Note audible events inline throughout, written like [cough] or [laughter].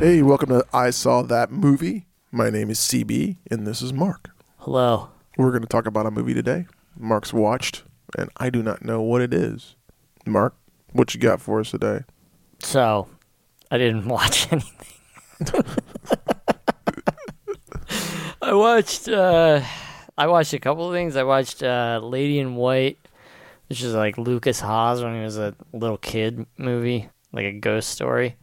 Hey, welcome to I Saw That Movie. My name is CB, and this is Mark. Hello. We're going to talk about a movie today. Mark's watched, and I do not know what it is. Mark, what you got for us today? So, I didn't [laughs] watch anything. I watched. Uh, I watched a couple of things. I watched uh, Lady in White, which is like Lucas Haas when he was a little kid movie, like a ghost story.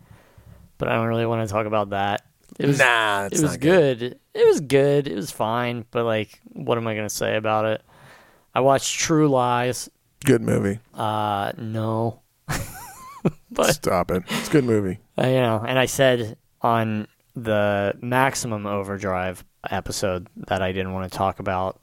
But I don't really want to talk about that. It was nah, it was good. It was good. It was fine. But like, what am I gonna say about it? I watched True Lies. Good movie. Uh, no. [laughs] but Stop it. It's a good movie. I you know, and I said on the maximum overdrive episode that I didn't want to talk about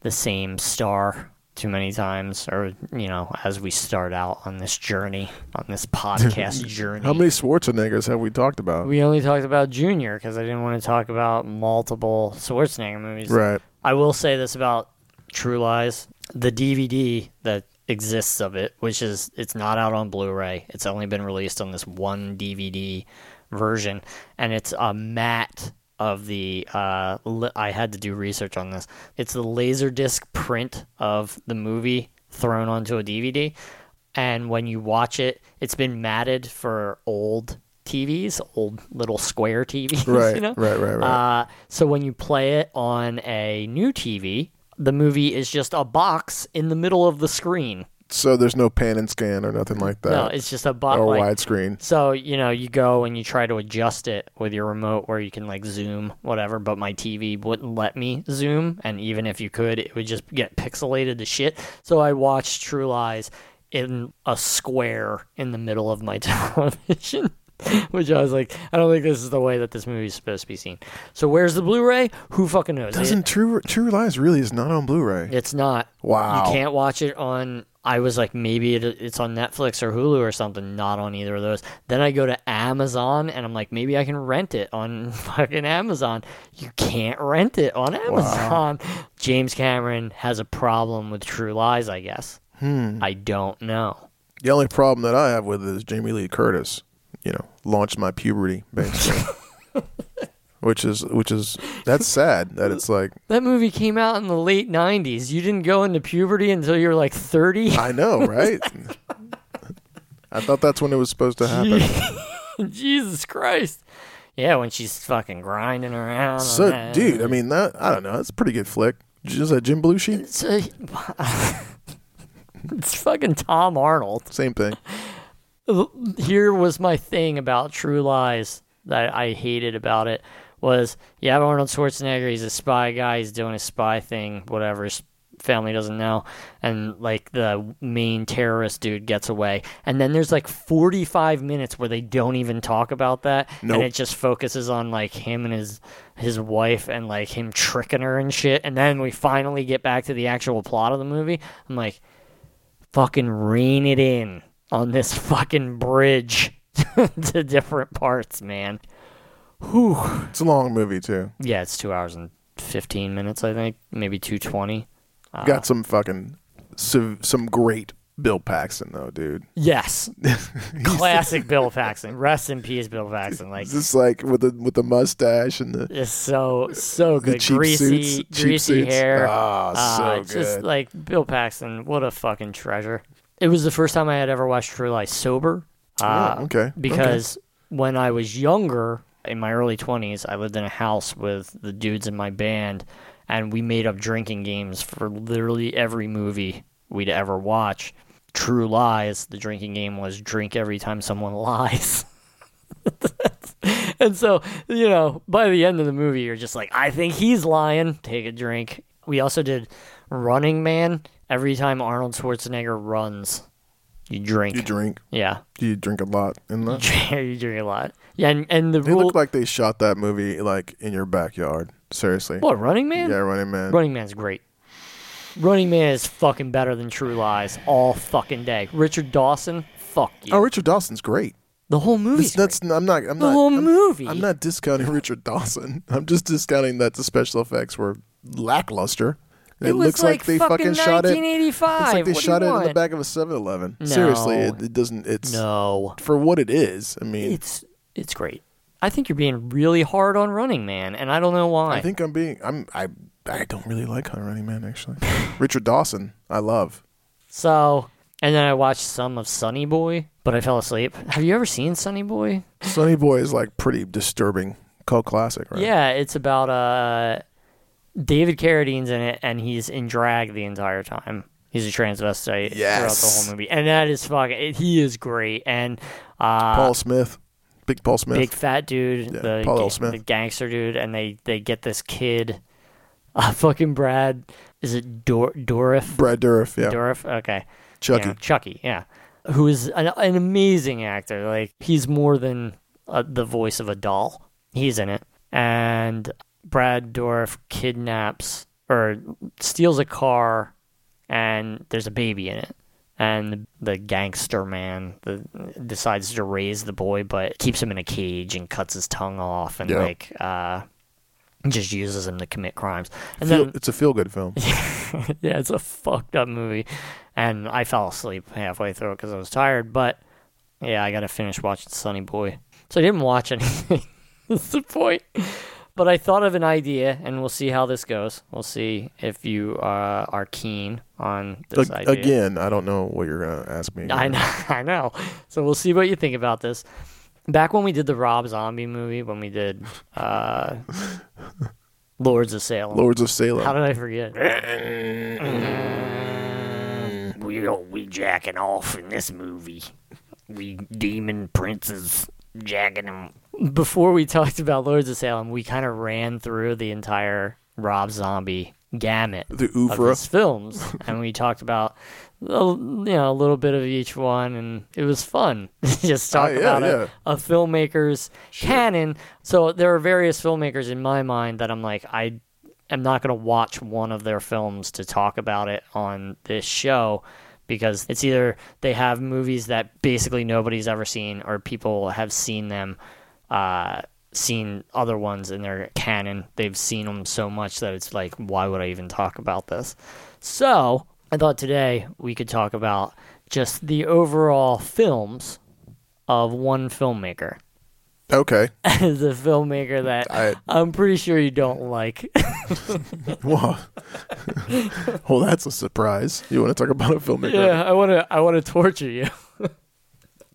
the same star too many times or you know, as we start out on this journey, on [laughs] this podcast journey. How many Schwarzeneggers have we talked about? we only talked about Junior because I didn't want to talk about multiple Schwarzenegger movies. right. I will say this about True Lies: the DVD that exists of it, which is it's not out on Blu-ray. It's only been released on this one DVD version, and it's a matte of the. Uh, li- I had to do research on this. It's the laserdisc print of the movie thrown onto a DVD, and when you watch it, it's been matted for old. TVs, old little square TVs, Right, [laughs] [laughs] you know? right, right, right. Uh, so when you play it on a new TV, the movie is just a box in the middle of the screen. So there's no pan and scan or nothing like that. no, it's just a box. or Like, widescreen. so you know, you go and you try to adjust it with your remote where you can like zoom, whatever. But my TV wouldn't let me zoom, and even if you could, it would just get pixelated to shit. So I watched True Lies in a square in the middle of my [laughs] television. Which I was like, I don't think this is the way that this movie is supposed to be seen. So where's the Blu-ray? Who fucking knows? It- Doesn't True True Lies really is not on Blu-ray? It's not. Wow. You can't watch it on. I was like, maybe it, it's on Netflix or Hulu or something. Not on either of those. Then I go to Amazon and I'm like, maybe I can rent it on [laughs] fucking Amazon. You can't rent it on Amazon. James Cameron has a problem with True Lies, I guess. Hmm. I don't know. The only problem that I have with it is Jamie Lee Curtis, you know, launched my puberty basically. [laughs] which is which is that's sad that it's like That movie came out in the late 90s. You didn't go into puberty until you were like 30. I know, right? I thought that's when it was supposed to happen. [laughs] Jesus Christ. Yeah, when she's fucking grinding around. on So, that. dude, I mean that I don't know, that's a pretty good flick. Is that Jim Belushi? It's, a, [laughs] it's fucking Tom Arnold. Same thing. Here was my thing about True Lies that I hated about it was you have Arnold Schwarzenegger, he's a spy guy, he's doing his spy thing, whatever his family doesn't know, and like the main terrorist dude gets away, and then there's like 45 minutes where they don't even talk about that, Nope. and it just focuses on like him and his his wife and like him tricking her and shit, and then we finally get back to the actual plot of the movie. I'm like fucking rein it in on this fucking bridge [laughs] to different parts, man. Whew. It's a long movie too. Yeah, it's two hours and fifteen minutes, I think, maybe two twenty. Uh, Uh-huh. Got some fucking some, some great Bill Paxton though, dude. [laughs] Yes, classic Bill Paxton. Rest in peace, Bill Paxton. Like It's just like with the with the mustache and the it's so so the good. cheap greasy, suits, cheap greasy suits. hair. Ah, Uh, so it's Just good. like Bill Paxton, what a fucking treasure. It was the first time I had ever watched True Lies sober. Uh, Oh, okay, okay. Because when I was younger, in my early 20s, I lived in a house with the dudes in my band, and we made up drinking games for literally every movie we'd ever watch. True Lies, the drinking game was drink every time someone [laughs] lies. And so, you know, by the end of the movie, you're just like, I think he's lying. Take a drink. We also did Running Man. Every time Arnold Schwarzenegger runs, you drink. you drink. yeah, You drink a lot in [laughs] that. you drink a lot. Yeah, and, and the They rule. look like they shot that movie like in your backyard. Seriously. what Running Man? Yeah, Running Man. Running Man's great. Running Man is fucking better than True Lies all fucking day. Richard Dawson, fuck you. Oh, Richard Dawson's great. the whole movie's That's, that's I'm not. I'm great. the not. whole I'm, movie. I'm not discounting [laughs] Richard Dawson. I'm just discounting that the special effects were lackluster. It, It, was looks like, they fucking shot it. Looks 1985. like they What do shot you it in the want? back of a 7-Eleven. Seriously, No. it, it doesn't. It's No, for what it is. I mean, it's it's great. I think you're being really hard on Running Man, and I don't know why. I think I'm being I'm I I don't really like Hunt Running Man actually. [laughs] Richard Dawson, I love. so, and then I watched some of Sunny Boy, but I fell asleep. Have you ever seen Sunny Boy? Sonny Boy is like pretty disturbing cult classic, right? Yeah, it's about uh, David Carradine's in it, and he's in drag the entire time. He's a transvestite throughout the Yes. whole movie, and that is fucking. He is great, and uh, Paul Smith, big Paul Smith. big fat dude, Yeah, the, Paul L. ga- Smith. the gangster dude, and they they get this kid, uh, [laughs] fucking Brad. Is it Dor- Dorif? Brad Dourif, yeah. Dorif? Okay. Chucky. Yeah, Chucky, yeah. Who is an, an amazing actor. Like, he's more than uh, the voice of a doll. He's in it. And Brad Dorff kidnaps or steals a car, and there's a baby in it. And the gangster man the, decides to raise the boy, but keeps him in a cage and cuts his tongue off and, Yeah. like, uh, just uses him to commit crimes. And Feel- then it's a feel good film. [laughs] yeah, it's a fucked up movie, and I fell asleep halfway through it because I was tired. But yeah, I gotta finish watching Sunny Boy, so I didn't watch [laughs] anything. That's the point. But I thought of an idea, and we'll see how this goes. We'll see if you uh, are keen on this Ag- idea. again, I don't know what you're gonna ask me. I know, [laughs] I know. So we'll see what you think about this. Back when we did the Rob Zombie movie, when we did uh, Lords of Salem, Lords of Salem. how did I forget? [clears throat] we all we jacking off in this movie. We demon princes jacking them. Before we talked about Lords of Salem, we kind of ran through the entire Rob Zombie gamut the of oeuvre. his films, and we talked about a- you know a little bit of each one, and it was fun. [laughs] Just talk Oh, yeah, about yeah. A, a filmmaker's canon. So there are various filmmakers in my mind that I'm like I am not going to watch one of their films to talk about it on this show. Because it's either they have movies that basically nobody's ever seen, or people have seen them uh, seen other ones in their canon. They've seen them so much that it's like, why would I even talk about this? So I thought today we could talk about just the overall films of one filmmaker. [laughs] Okay. the filmmaker that I I'm pretty sure you don't like. [laughs] Wow. [laughs] well, that's a surprise. You want to talk about a filmmaker? yeah, I wanna I wanna torture you. [laughs] and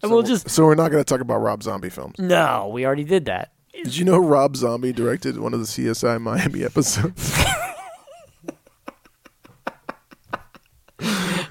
we'll So- just So we're not going to talk about Rob Zombie films. No, we already did that. Did you know Rob Zombie directed one of the CSI Miami [laughs] episodes?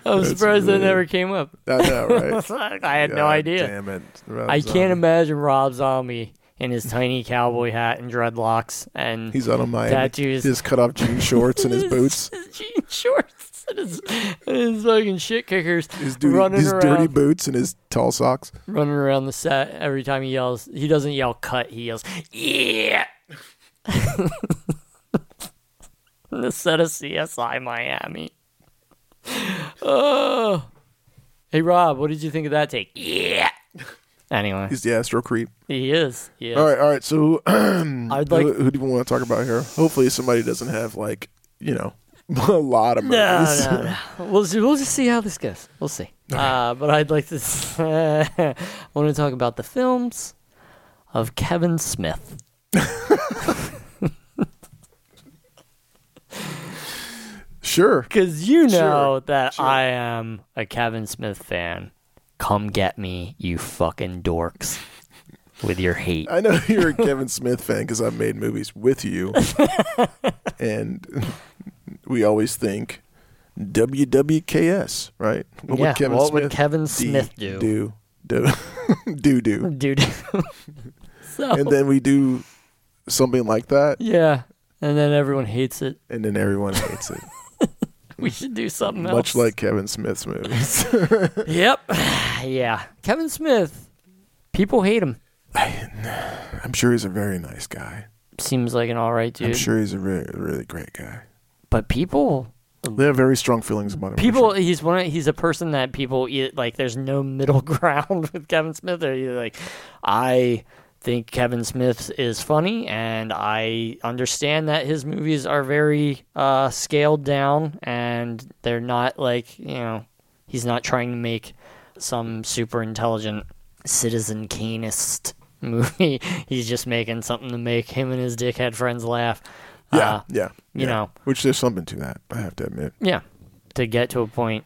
I'm That's surprised weird. that never came up. [laughs] I know, right? I had no God idea. Damn it! Rob I Zombie. can't imagine Rob Zombie in his tiny cowboy hat and dreadlocks and He's out of Miami. Tattoos. His cut off jean shorts [laughs] and his boots. his [laughs] jean shorts and his, and his fucking shit kickers His, duty, running his around, dirty boots and his tall socks. running around the set. Every time he yells, he doesn't yell "cut," he yells "yeah." [laughs] the set of CSI Miami. Oh, hey Rob, what did you think of that take? Yeah. Anyway, He's the Astro Creep. he is. Yeah. All right, all right. Uh, So, I'd like. who, who do we want to talk about here? Hopefully, somebody doesn't have like you know [laughs] a lot of movies. No, no, no. We'll see, we'll just see how this goes. We'll see. Uh, but I'd like to. s- [laughs] I want to talk about the films of Kevin Smith. [laughs] Sure. Because you know Sure, that sure. I am a Kevin Smith fan. Come get me, you fucking dorks, with your hate. I know you're a Kevin Smith fan because I've made movies with [laughs] you, and we always think WWKS, right? What Yeah, what would Kevin D- Smith do? Do do [laughs] do do, Dude. [laughs] so, and then we do something like that, yeah. And then everyone hates it. and then everyone hates it, We should do [laughs] something else. much like Kevin Smith's movies. [laughs] Yep. [sighs] yeah. Kevin Smith. People hate him. I'm sure he's a very nice guy. Seems like an all right dude. I'm sure he's a really, really great guy. But people, They have very strong feelings about him. I'm Um, people, sure. he's one. Of, he's a person that people eat, like. There's no middle [laughs] ground with Kevin Smith. They're either like, I think Kevin Smith is funny, and I understand that his movies are very uh, scaled down, and they're not like you know, he's not trying to make some super intelligent citizen canist [laughs] movie. He's just making something to make him and his dickhead friends laugh. Yeah, Uh, yeah. you yeah. know. which there's something to that. I have to admit. yeah. To get to a point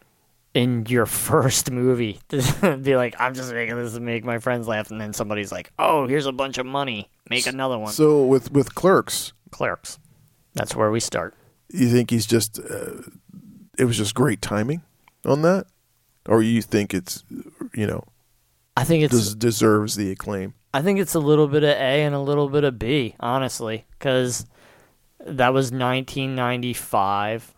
in your first movie [laughs] to be like, I'm just making this to make my friends laugh, and then somebody's like, Oh, here's a bunch of money. Make another one. So with with clerks, Clerks. That's where we start. you think he's just uh, it was just great timing on that, or you think it's you know I think it's des- deserves the acclaim? I think it's a little bit of A and a little bit of B, honestly, because that was 1995,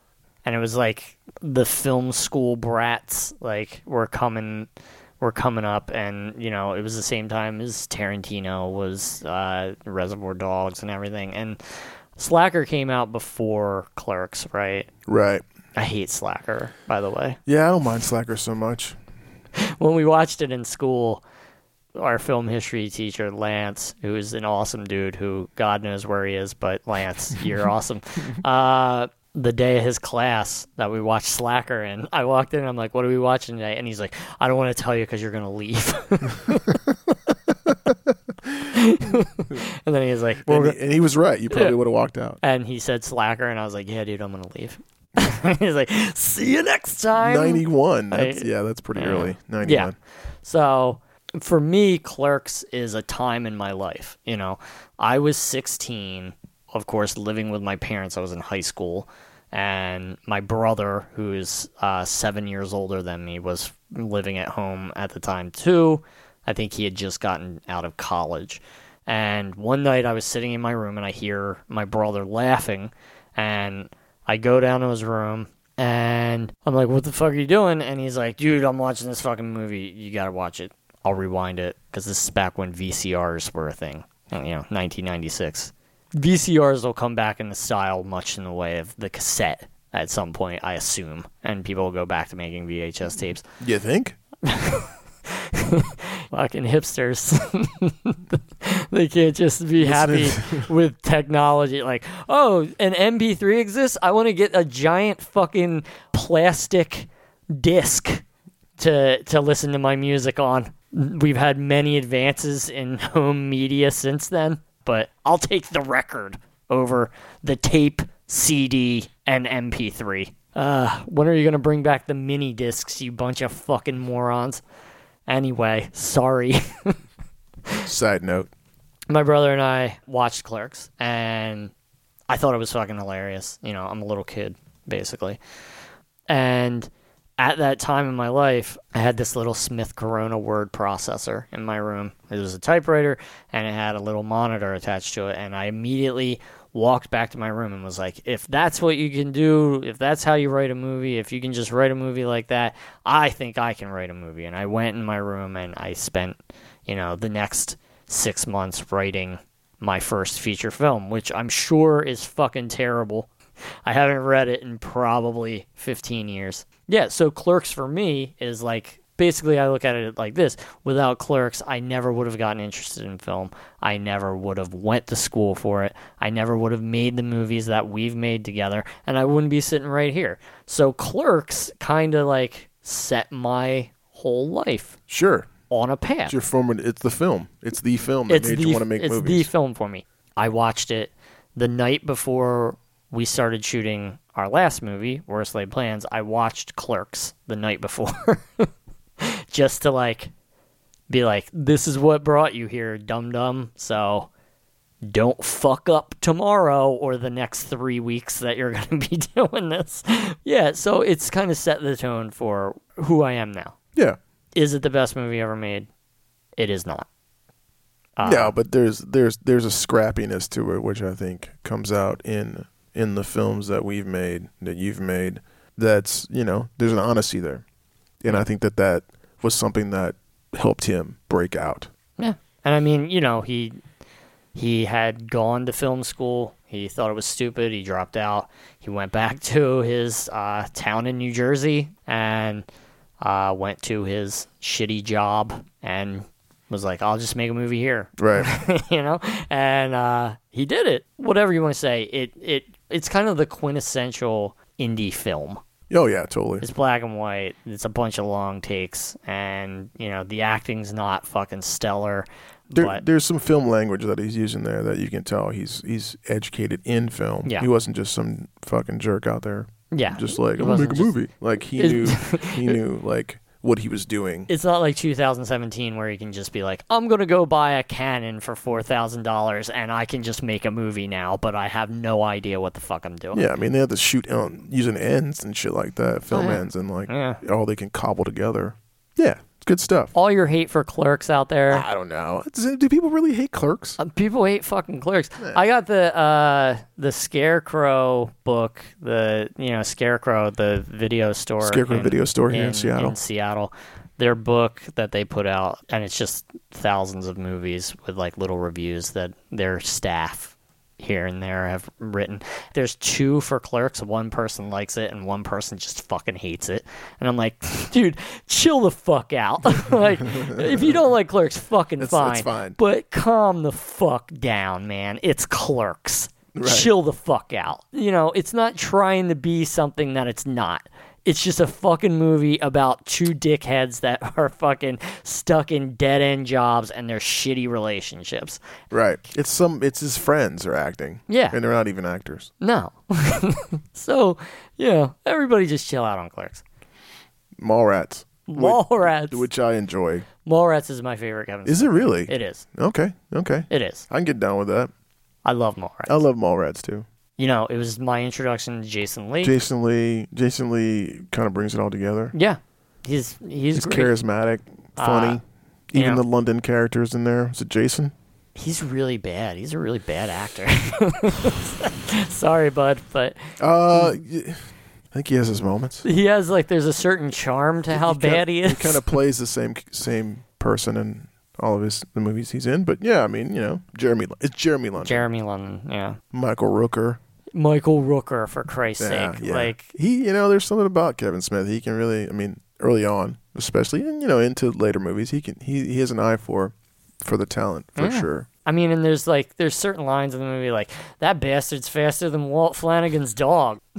and it was like the film school brats like were coming, were coming up, and you know it was the same time as Tarantino was uh, Reservoir Dogs and everything, and Slacker came out before Clerks, right? Right. I hate Slacker, by the way Yeah, I don't mind Slacker so much. when we watched it in school, our film history teacher Lance, who is an awesome dude, who God knows where he is, but Lance, you're awesome. Uh, the day of his class that we watched Slacker, and I walked in, I'm like, "What are we watching today?" And he's like, "I don't want to tell you because you're gonna leave." and then he was like, And he, and he was right. You probably would have walked out. and he said Slacker, and I was like, "Yeah, dude, I'm gonna leave." [laughs] he's like, "See you next time." Ninety-one. I- That's, yeah, that's pretty yeah. early. Yeah. Ninety-one. So for me, Clerks is a time in my life. You know, I was 16, of course, living with my parents. I was in high school. And my brother, who is uh, seven years older than me, was living at home at the time, too. I think he had just gotten out of college. And one night I was sitting in my room and I hear my brother laughing. And I go down to his room and I'm like, what the fuck are you doing? And he's like, dude, I'm watching this fucking movie. You gotta watch it. I'll rewind it because this is back when VCRs were a thing, you know, 1996. VCRs will come back in the style much in the way of the cassette at some point, I assume. And people will go back to making VHS tapes. You think? Fucking hipsters. [laughs] they can't just be happy [laughs] with technology. Like, oh, an MP3 exists? I want to get a giant fucking plastic disc to to listen to my music on. We've had many advances in [laughs] home media since then, but I'll take the record over the tape, CD, and MP3. Uh, when are you going to bring back the mini discs, you bunch of fucking morons? Anyway, sorry. [laughs] Side note. my brother and I watched Clerks, and I thought it was fucking hilarious. You know, I'm a little kid, basically. And at that time in my life, I had this little Smith Corona word processor in my room. It was a typewriter, and it had a little monitor attached to it. And I immediately walked back to my room and was like, if that's what you can do, if that's how you write a movie, if you can just write a movie like that, I think I can write a movie. And I went in my room and I spent, you know, the next six months writing my first feature film, which I'm sure is fucking terrible. I haven't read it in probably 15 years. Yeah, so Clerks for me is like basically I look at it like this. Without Clerks, I never would have gotten interested in film. I never would have went to school for it. I never would have made the movies that we've made together and I wouldn't be sitting right here. So Clerks kind of like set my whole life Sure. on a path It's your formative. It's the film. It's the film that made you want to make it's movies. the film for me. I watched it the night before we started shooting our last movie, Worst Laid Plans. I watched Clerks the night before, [laughs] just to like be like, "This is what brought you here, dum dum." So don't fuck up tomorrow or the next three weeks that you're [laughs] going to be doing this. Yeah, so it's kind of set the tone for who I am now. yeah. Is it the best movie ever made? It is not. Uh, no, but there's there's there's a scrappiness to it which I think comes out in in the films that we've made that you've made. That's you know there's an honesty there, and I think that that was something that helped him break out. Yeah, and I mean, you know, he he had gone to film school. He thought it was stupid. He dropped out. He went back [laughs] to his uh, town in New Jersey and uh, went to his shitty job and was like, "I'll just make a movie here." [laughs] Right. you know and uh, he did it whatever you want to say it it it's kind of the quintessential indie film oh yeah, totally. it's black and white. It's a bunch of long takes, and you know the acting's not fucking stellar. There, but there's some film language that he's using there that you can tell he's he's educated in film. Yeah. He wasn't just some fucking jerk out there. yeah, Just like He I'm gonna wasn't make a just- movie. Like he It- knew [laughs] he knew like what he was doing. it's not like 2017 where you can just be like, I'm gonna go buy a Canon for four thousand dollars and I can just make a movie now, but I have no idea what the fuck I'm doing. Yeah, I mean they had to shoot on using ends and shit like that, film yeah. ends and like Yeah. all they can cobble together. Yeah, it's good stuff. All your hate for clerks out there. I don't know. Does- Do people really hate clerks? Uh, People hate fucking clerks. I got the uh, the Scarecrow book, the you know Scarecrow, the video store, Scarecrow video store here in Seattle. In Seattle, their book that they put out, and it's just thousands of movies with like little reviews that their staff here and there have written. There's two for Clerks. One person likes it, and one person just fucking hates it. And I'm like, [laughs] dude, chill the fuck out. [laughs] like, if you don't like Clerks, fucking It's- fine. it's fine. But calm the fuck down, man. It's clerks. Right. Chill the fuck out. You know, it's not trying to be something that it's not. It's just a fucking movie about two dickheads that [laughs] are fucking stuck in dead end jobs and their shitty relationships. Right. It's some. It's his friends are acting. Yeah. and they're not even actors. No. [laughs] so, you know, everybody just chill out on clerks. Mallrats, Mallrats. which I enjoy. Mallrats is my favorite Kevin. Is it really? It is. Okay. Okay. It is. I can get down with that. I love Mallrats. I love Mallrats too. you know, it was my introduction to Jason Lee. Jason Lee. Jason Lee kind of brings it all together. yeah. He's he's, He's great. Ah, charismatic, funny. Even yeah. the London characters in there. Is it Jason? He's really bad. He's a really bad actor. [laughs] Sorry, bud, but Uh, y- I think he has his moments. he has like there's a certain charm to how kinda- bad he is. He kind of plays the same same person in all of his the movies he's in. But yeah, I mean, you know, Jeremy. It's Jeremy London. Jeremy London, yeah. Michael Rooker. Michael Rooker, for Christ's Yeah, sake, yeah. like he, you know, there's something about Kevin Smith. He can really, I mean, early on, especially, and you know, into later movies, he can he he has an eye for for the talent for Yeah. sure. I mean, and there's like there's certain lines in the movie like that bastard's faster than Walt Flanagan's dog. [laughs]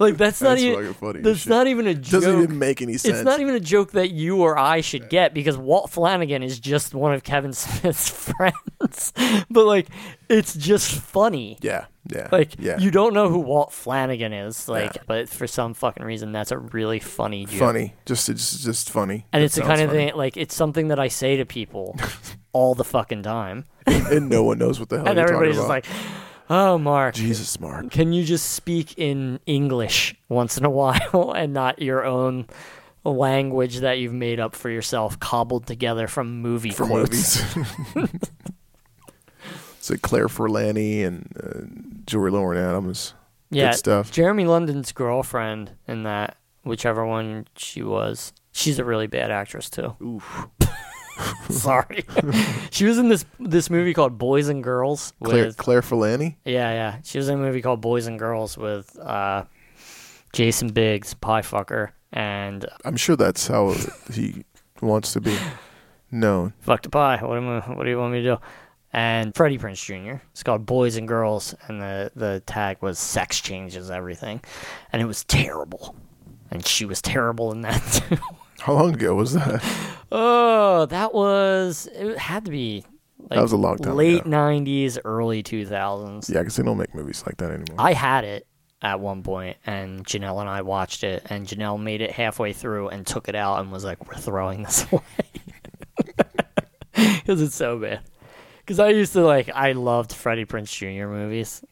like that's not That's even fucking funny as that's shit. not even a joke. Doesn't even make any sense. It's not even a joke that you or I should get because Walt Flanagan is just one of Kevin [laughs] Smith's friends. but like it's just funny. yeah, yeah, Like yeah, you don't know who Walt Flanagan is, like, Yeah. but for some fucking reason that's a really funny joke. funny. Just it's just funny. And That it's the sounds kind of funny. thing like it's something that I say to [laughs] people all the fucking time. and no one knows what the hell. and you're everybody's just talking about. like, "Oh, Mark, Jesus, Mark. can you just speak in English once in a [laughs] while and not your own language that you've made up for yourself, cobbled together from movie From quotes?" movies. [laughs] [laughs] so Claire Forlani and uh, Jory Lauren Adams. Yeah, Good stuff. Jeremy London's girlfriend in that, whichever one she was, she's a really bad actress too. Oof. [laughs] Sorry, [laughs] she was in this this movie called Boys and Girls. With, Claire Claire Forlani. Yeah, yeah, she was in a movie called Boys and Girls with uh, Jason Biggs, pie fucker, and I'm sure that's how he wants to be known. fucked a pie. What am I, What do you want me to do? And Freddie Prince Jr. It's called Boys and Girls, and the the tag was Sex Changes Everything, and it was terrible, and she was terrible in that [laughs] too. How long ago was [laughs] that? Oh, that was it had to be like That was a long time late ago. nineties, early two thousands. Yeah, because they don't make movies like that anymore. I had it at one point and Janelle and I watched it and Janelle made it halfway through and took it out and was like, We're throwing this [laughs] away because it's so bad. Because I used to like, I loved Freddie Prince Jr. movies.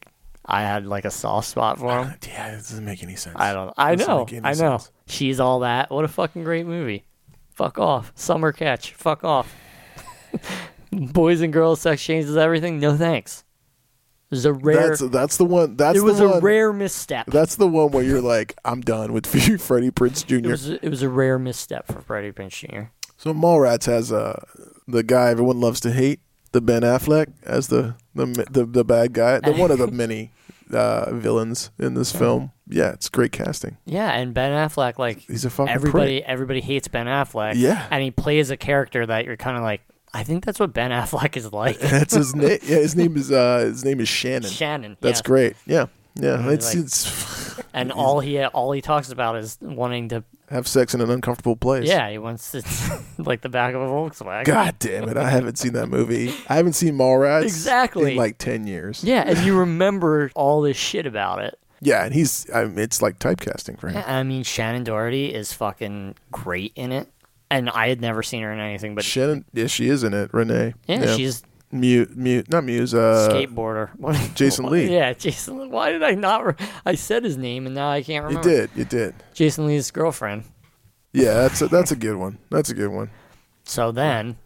I had like a soft spot [laughs] for him. yeah, it doesn't make any sense. I don't. I Doesn't know. make any I know. sense. She's all that. What a fucking great movie. Fuck off. Summer Catch. Fuck off. [laughs] Boys and girls, sex changes everything. No thanks. It was a rare. That's that's the one. That's it was the a one, rare misstep. That's the one where you're like, I'm done with [laughs] Freddie Prince Jr. it was. It was a rare misstep for Freddie Prinze Jr. so Mallrats has uh the guy everyone loves to hate, the Ben Affleck as the the the, the bad guy, the one of [laughs] the many uh, villains in this film. Yeah, it's great casting. Yeah, and Ben Affleck, like He's a fucking everybody, everybody hates Ben Affleck. Yeah. and he plays a character that you're kind of like. I think that's what Ben [laughs] Affleck is like. prick. [laughs] That's [laughs] his name. Yeah, his name is uh his name is Shannon. Shannon. That's yes. great. Yeah. Yeah. Yeah, It's like- it's and all he all he talks about is wanting to. Have sex in an uncomfortable place. Yeah, he wants to, [laughs] like the back of a Volkswagen. God damn it! I haven't seen that movie. I haven't seen Mallrats Exactly. in like ten years. Yeah, and you remember all this shit about it. Yeah, and he's I mean, it's like typecasting for him. I mean, Shannon Doherty is fucking great in it, and I had never seen her in anything but Shannon, yeah, she is in it. Renee. yeah, she's mute, mute, not Muse. Uh, skateboarder. [laughs] What- Jason what- Lee. Yeah, Jason. Lee. Why did I not? Re- I said his name, and now I can't You remember. did, you did. Jason Lee's girlfriend. Yeah, that's a, that's a good one. That's a good one. So then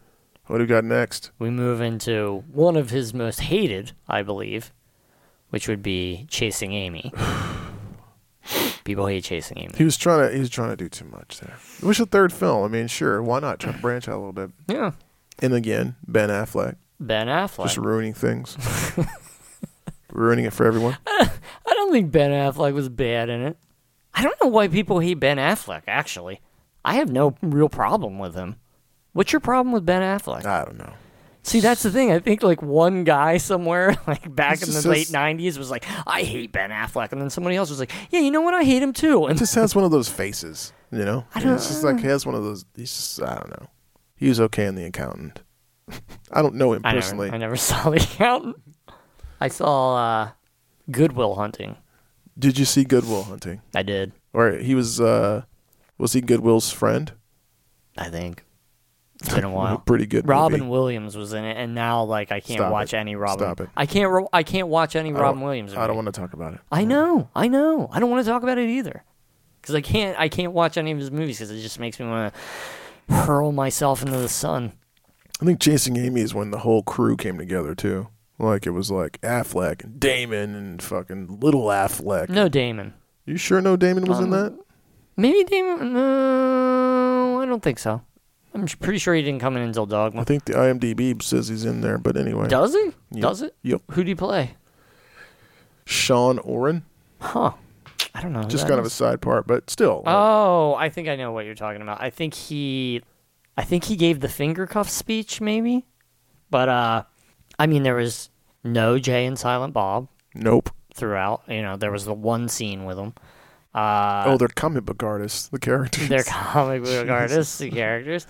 What do we got next? we move into one of his most hated, I believe, which would be [sighs] Chasing Amy. People hate Chasing Amy. He was trying to he was trying to do too much there. It was a third film. I mean, sure, why not try to branch out a little bit? Yeah, And again, Ben Affleck Ben Affleck. just ruining things, [laughs] ruining it for everyone. I don't think Ben Affleck was bad in it. I don't know why people hate Ben Affleck, actually. I have no real problem with him. What's your problem with Ben Affleck? I don't know. See, that's the thing. I think like one guy somewhere, [laughs] like back in It's the late just- '90s, was like, "I hate Ben Affleck," and then somebody else was like, "Yeah, you know what? I hate him too." And Just has one of those faces, you know. I don't- It's just like he has one of those. He's just I don't know. He was okay in The Accountant. [laughs] I don't know him I personally. never, I never [laughs] saw The Accountant. I saw uh, Goodwill Hunting. Did you see Goodwill Hunting? I did. Or he was uh was he Goodwill's friend? I think [laughs] it's been a while. Pretty good. Robin movie. Williams was in it, and now like I can't Stop watch it. any Robin. Stop it. I can't. Ro- I can't watch any I don't- Robin Williams. I don't movie. want to talk about it. I know. I know. I don't want to talk about it either, because I can't. I can't watch any of his movies because it just makes me want to hurl myself into the sun. I think Chasing Amy is when the whole crew came together too. Like it was like Affleck and Damon and fucking little Affleck. No, Damon. You sure no Damon was in Um, that? Maybe Damon. No, I don't think so. I'm sh- pretty sure he didn't come in until I Dogma. think the IMDb says he's in there, but anyway. Does he? Yeah. Does it? Yep. Who do you play? Sean Oren. Huh. I don't know. who Just Oh, that kind of a is. side part, but still. [laughs] Oh, I think I know what you're talking about. I think he, I think he gave the finger cuff speech, maybe. But uh, I mean, there was no Jay and Silent Bob nope. throughout. You know, there was the one scene with them. Uh, oh, [laughs] they're comic book artists, the characters. [laughs] they're comic book artists, the characters.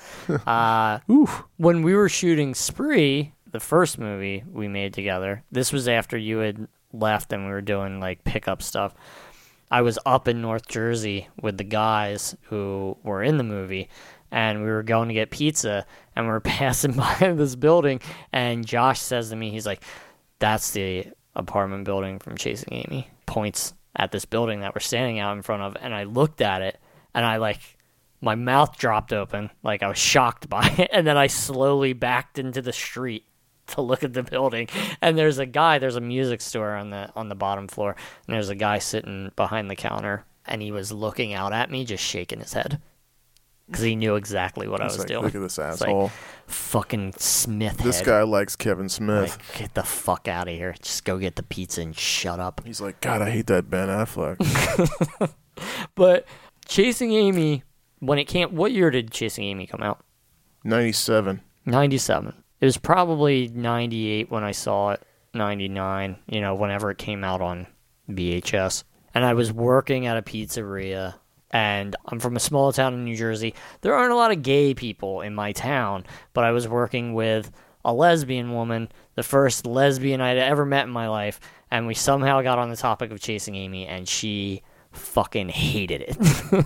Uh, [laughs] Oof. when we were shooting Spree, the first movie we made together, this was after you had left and we were doing like pickup stuff. I was up in North Jersey with the guys who were in the movie and we were going to get pizza and we were [laughs] passing by this building and Josh says to me, he's like, That's the apartment building from Chasing Amy. Points at this building that we're standing out in front of and I looked at it and I like my mouth dropped open like i was shocked by it and then i slowly backed into the street to look at the building and there's a guy there's a music store on the on the bottom floor and there's a guy sitting behind the counter and he was looking out at me just shaking his head because he knew exactly what i It's was like, doing Look at this It's like, asshole. fucking smith this head. guy likes Kevin Smith. like, get the fuck out of here just go get the pizza and shut up He's like, God, I hate that Ben Affleck. [laughs] but chasing amy when it can't what year did chasing amy come out 97. 97. It was probably 98 when I saw it, 99, you know, whenever it came out on VHS. And I was working at a pizzeria, and I'm from a small town in New Jersey. There aren't a lot of gay people in my town, but I was working with a lesbian woman, the first lesbian I'd ever met in my life, and we somehow got on the topic of chasing Amy, and she fucking hated it. [laughs]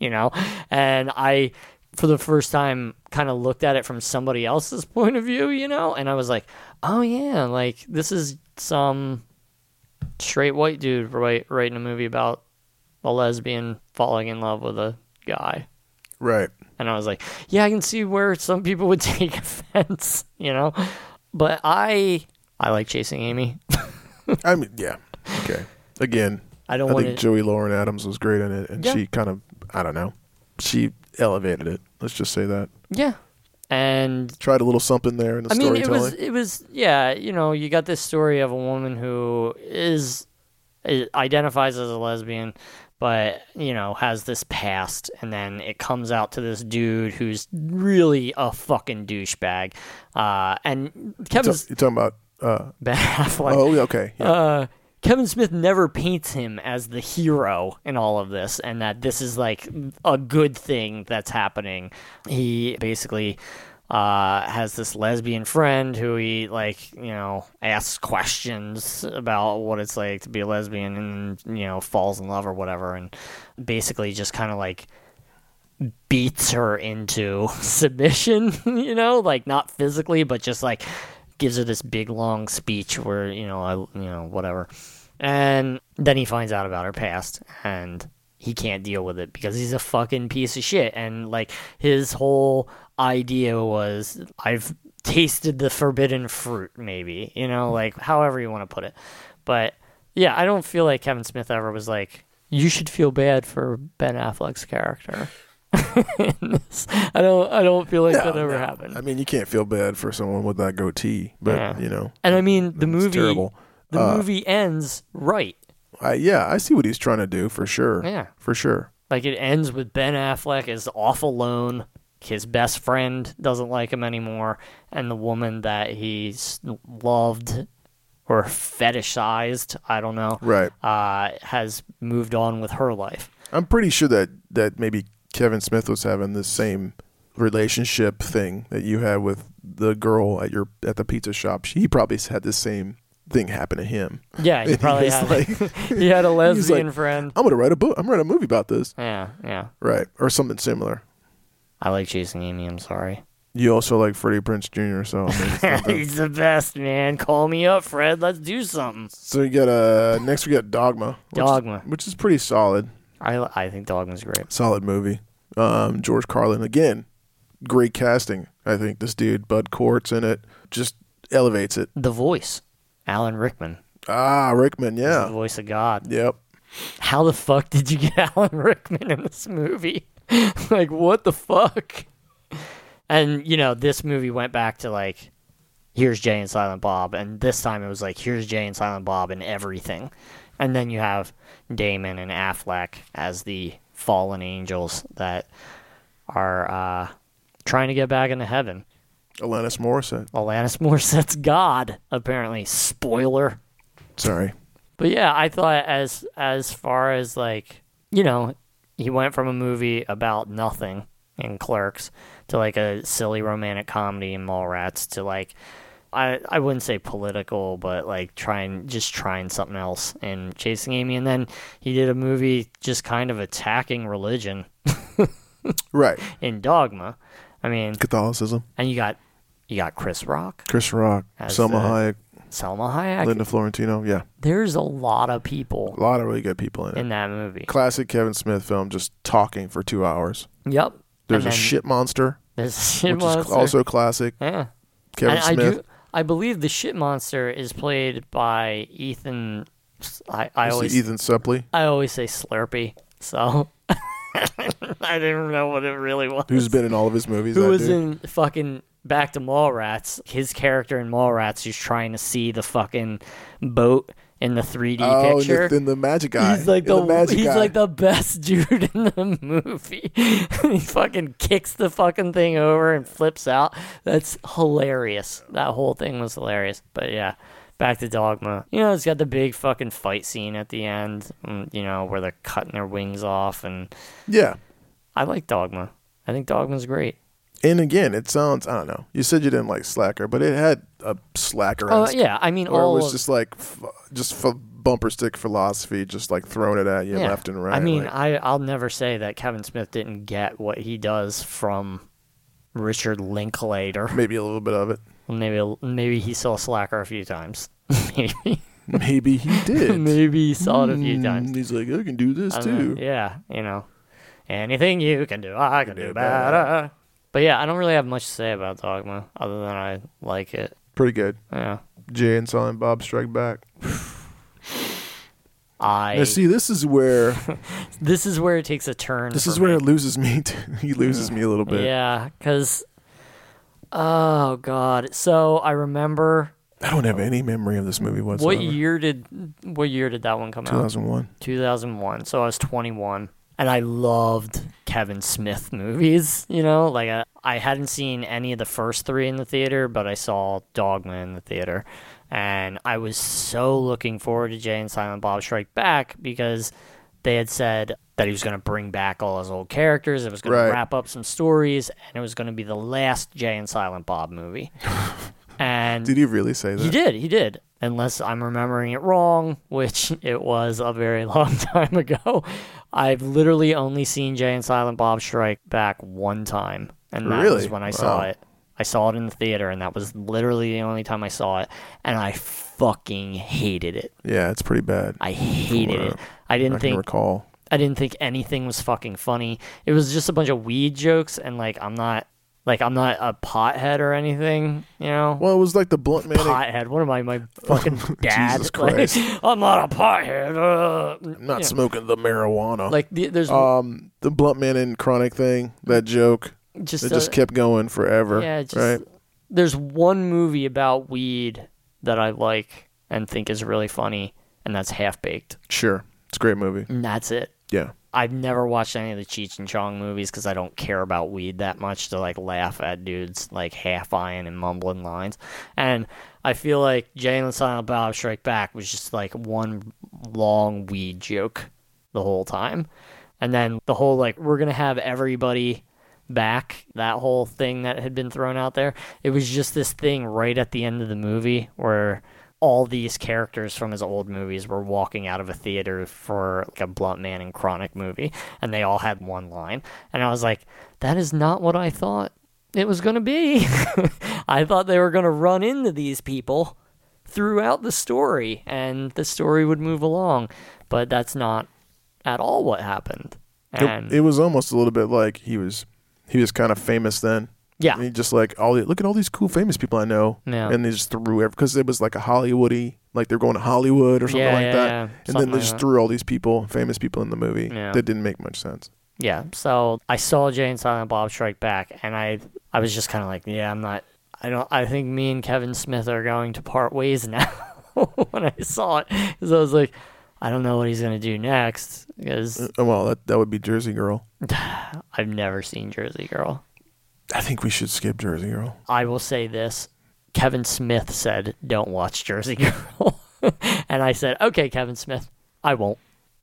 you know? And I, for the first time, kind of looked at it from somebody else's [laughs] point of view, you know? And I was like, oh yeah, like this is some straight white dude right, writing a movie about a lesbian falling in love with a guy. Right. And I was like, yeah, I can see where some people would [laughs] take offense, you know? But I. I like chasing Amy. [laughs] I mean, yeah. Okay. Again, I I don't want think to. Joey Lauren Adams was great in it, and Yeah. she kind of, I don't know, she elevated it. Let's just say that. yeah. And Tried a little something there in the I mean, it storytelling. was it was yeah. You know, you got this story of a woman who is, i identifies as a lesbian, but you know has this past, and then it comes out to this dude who's really a fucking douchebag, uh, and Ta- Kevin's you're talking about, uh, [laughs] Ben Affleck. oh, yeah, okay. Yeah. Uh, Kevin Smith never paints him as the hero in all of this, and that this is like a good thing that's happening. He basically uh, has this lesbian friend who he like you know asks questions about what it's like to be a lesbian, and you know falls in love or whatever, and basically just kind of like beats her into [laughs] submission. [laughs] You know, like not physically, but just like gives her this big long speech where you know I, you know whatever and then he finds out about her past and he can't deal with it because he's a fucking piece of shit and like his whole idea was i've tasted the forbidden fruit maybe you know like however you want to put it but yeah i don't feel like kevin smith ever was like you should feel bad for ben affleck's character in this. [laughs] I don't. I don't feel like No, that ever no. happened. I mean, you can't feel bad for someone with that goatee, but Yeah. you know, And I mean, It's the movie, terrible. the Uh, movie ends right. I, yeah, I see what he's trying to do for sure. Yeah. for sure. Like it ends with Ben Affleck is off alone. His best friend doesn't like him anymore, and the woman that he s- loved or fetishized—I don't know—has Right. moved on with her life. I'm pretty sure that that maybe Kevin Smith was having the same relationship thing that you had with the girl at your at the pizza shop. She he probably had the same thing happen to him. [laughs] Yeah, he And probably was had. like, [laughs] he had a lesbian like- friend. I'm gonna write a book. I'm gonna write a movie about this, Yeah, yeah. right, or something similar. I like Jason Amy. I'm sorry. You also like Freddie Prince Jr. So I [laughs] mean, it's not that- He's the best man. Call me up, Fred. Let's do something. so we got uh next we got Dogma, which, Dogma. which is pretty solid, I I think Dogman's great. solid movie. Um, George Carlin again, great casting. I think this dude Bud Quartz in it just elevates it. The voice, Alan Rickman. Ah, Rickman, He's The yeah. voice of God. Yep. How the fuck did you get [laughs] Alan Rickman in this movie? [laughs] like, what the fuck? And, you know, this movie went back to, like, here's Jay and Silent Bob. And this time it was like, here's Jay and Silent Bob and everything. And then you have Damon and Affleck as the fallen angels that are uh, trying to get back into heaven. Alanis Morissette. Alanis [laughs] Morissette's God, apparently. Spoiler. Sorry. But yeah, I thought as as far as like you know, he went from a movie about nothing in Clerks to like a silly romantic comedy in Mallrats to like I I wouldn't say political, but like trying just trying something else and chasing Amy, and then he did a movie just kind of attacking religion Right. in Dogma. I mean, Catholicism. and you got you got Chris Rock, Chris Rock. As Selma the- Hayek. Selma Hayek. Linda Florentino. Yeah. There's a lot of A people lot of really good people in it. in that movie. Classic Kevin Smith film, just talking for two hours. Yep. There's And a then- shit monster, [laughs] There's a shit which is monster. also classic. yeah. Kevin and Smith. I do. I believe the shit monster is played by Ethan. I, I This is always Ethan Suplee, I always say Slurpee. So [laughs] I didn't know what it really was. who's been in all of his movies. Who that was dude. in fucking Back to Mallrats? His character in Mallrats, who's trying to see the fucking boat in the 3D Oh, and picture. the, and the magic guy. He's like And the, magic he's guy. like the best [laughs] dude in the movie. [laughs] he fucking kicks the fucking thing over and flips out. That's hilarious. That whole thing was hilarious. But yeah, back to Dogma. You know, it's got the big fucking fight scene at the end. mm, You know, where they're cutting their wings off, and yeah. I like Dogma. I think Dogma's great. And again, it sounds I don't know. You said you didn't like Slacker, but it had a slacker. Oh yeah, I mean or it all. was of- just like f- just f- bumper stick philosophy, just like throwing it at you yeah. left and right. I mean, like- I I'll never say that Kevin Smith didn't get what he does from Richard Linklater. maybe a little bit of it. Maybe maybe he saw Slacker a few times. [laughs] maybe Maybe [laughs] he did. maybe he saw it a few Hmm, times. He's like, I can do this I too. don't know. yeah, you know, anything you can do, I can do do better. But yeah, I don't really have much to say about Dogma other than I like it. Pretty good. Yeah, Jay and Silent Bob Strike Back. I. Now, see, this is [laughs] where this is where it takes a turn. this for is where me. it loses me. too. [laughs] he loses me a little bit. Yeah, because oh god. So I remember I don't have any memory of this movie whatsoever. what year Mm-hmm. did what year did that one come out? 2001. 2001. So I was 21. And I loved Kevin Smith [laughs] movies, you know? Like, uh, I, I hadn't seen any of the first three in the theater, but I saw Dogma in the theater. And I was so looking forward to Jay and Silent Bob Strike Back because they had said that he was going to bring back all his old characters. It was going Right. to wrap up some stories, and it was going to be the last Jay and Silent [laughs] Bob movie. and Did he really say that? he did. He did. Unless I'm remembering it wrong, which [laughs] it was a very [laughs] long time ago. I've literally only seen Jay and Silent Bob Strike Back one time, and that Really? was when I saw Wow. it. I saw it in the theater, and that was literally the only time I saw it, and I fucking hated it. Yeah, it's pretty bad. I hated it. I didn't I can think recall. I didn't think anything was fucking funny. It was just a bunch of weed jokes, and like I'm not like I'm not a pothead or anything, you know Well, it was like the blunt man. pothead. What am [laughs] I, my fucking dad? Oh, Jesus [laughs] Like, Christ. I'm not a pothead. uh, I'm not you know, smoking the marijuana. like the, there's um, the blunt man and chronic thing. That joke. just, It a- just kept going forever. yeah, just right. there's one movie about weed that I like and think is really funny, and that's Half Baked, Sure. It's a great movie. and that's it. Yeah. I've never watched any of the Cheech and Chong movies because I don't care about weed that much to like laugh at dudes like half eyeing and mumbling lines. And I feel like Jay and Silent Bob Strike Back was just like one long weed joke the whole time. And then the whole like, we're going to have everybody back, that whole thing that had been thrown out there. It was just this thing right at the end of the movie where all these characters from his old movies were walking out of a theater for like a blunt man and chronic movie and they all had one line and i was like that is not what i thought it was going to be [laughs] i thought they were going to run into these people throughout the story and the story would move along but that's not at all what happened and It, it was almost a little bit like he was he was kind of famous then. Yeah. And he just like all the, look at all these cool famous people I know. Yeah. And they just threw because it was like a Hollywoody like they're going to Hollywood or something Yeah, like yeah, that. yeah. And Something then they like just that. threw all these people, famous people in the movie Yeah. that didn't make much sense. Yeah, so I saw Jay and Silent Bob Strike Back, and I I was just kind of like, yeah, I'm not. I don't. I think me and Kevin Smith are going to part ways [laughs] now. when I saw it, because I was like, I don't know what he's gonna do next because Uh, Well, that that would be Jersey Girl. I've never seen Jersey Girl. I think we should skip Jersey Girl. I will say this: Kevin Smith said, "Don't watch Jersey [laughs] Girl," and I said, "Okay, Kevin Smith, I won't."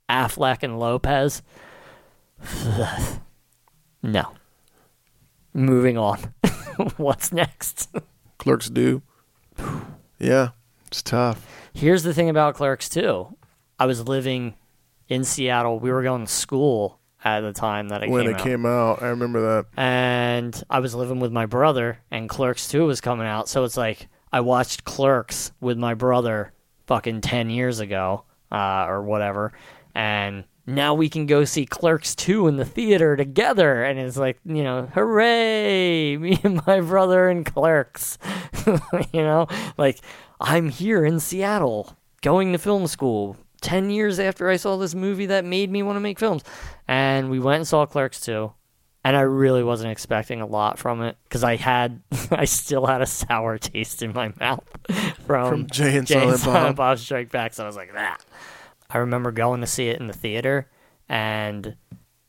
Affleck and Lopez, [sighs] no. Moving on. [laughs] What's next? Clerks do. Yeah, it's tough. Here's the thing about Clerks too. I was living in Seattle. We were going to school at the time that it when came it out. came out, I remember that. and I was living with my brother, and Clerks 2 was coming out. So it's like I watched Clerks with my brother fucking 10 years ago uh, or whatever. And now we can go see Clerks 2 in the theater together. And it's like, you know, hooray, [laughs] me and my brother and Clerks. [laughs] you know, like I'm here in Seattle going to film school 10 years after I saw this movie that made me want to make films. And we went and saw Clerks 2 and I really wasn't expecting a lot from it because I had, [laughs] I still had a sour taste in my mouth [laughs] from, From Jay and Um, Jay and Silent Silent Bob. [laughs] Bob Strike Back. So I was like, that. I remember going to see it in the theater, and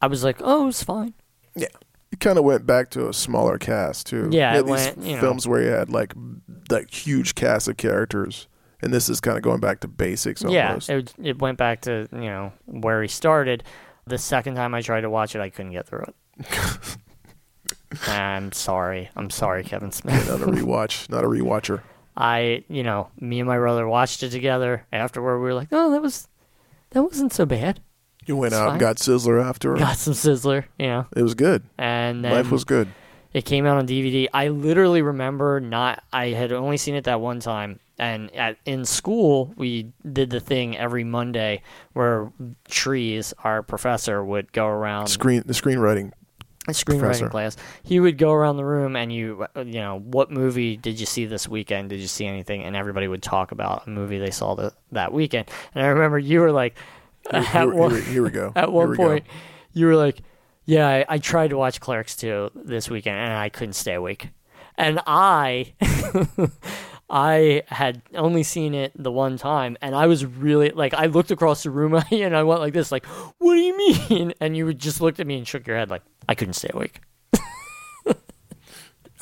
I was like, oh, it's fine. Yeah, it kind of went back to a smaller cast too. Yeah, You it had these went, you know. films where you had like like huge cast of characters, and this is kind of going back to basics almost. Yeah, it, it went back to you know where he started. The second time I tried to watch it, I couldn't get through it. [laughs] I'm sorry. I'm sorry, Kevin Smith. not a rewatch, not a rewatcher. I, you know, me and my brother watched it together. Afterward, we were like, "Oh, that was, that wasn't so bad." You went It's out fine. and got Sizzler after. Got some sizzler, you know. It was good. And then Life was good. It came out on DVD. I literally remember not. I had only seen it that one time, and at in school we did the thing every Monday where trees, our professor would go around Screen the screenwriting. a screenwriting Professor. class. He would go around the room and you, uh, you know, what movie did you see this weekend? Did you see anything? And everybody would talk about a movie they saw the, that weekend. And I remember you were like, Here, [laughs] [laughs] at here- one, here- here we go. [laughs] at one Here we go. point, you were like, yeah, I, I tried to watch Clerks too this weekend and I couldn't stay awake. And I, [laughs] I had only seen it the one time, and I was really like, I looked across the room [laughs] at you and I went like this, like, what do you mean? [laughs] And you just looked at me and shook your head, like, I couldn't stay awake.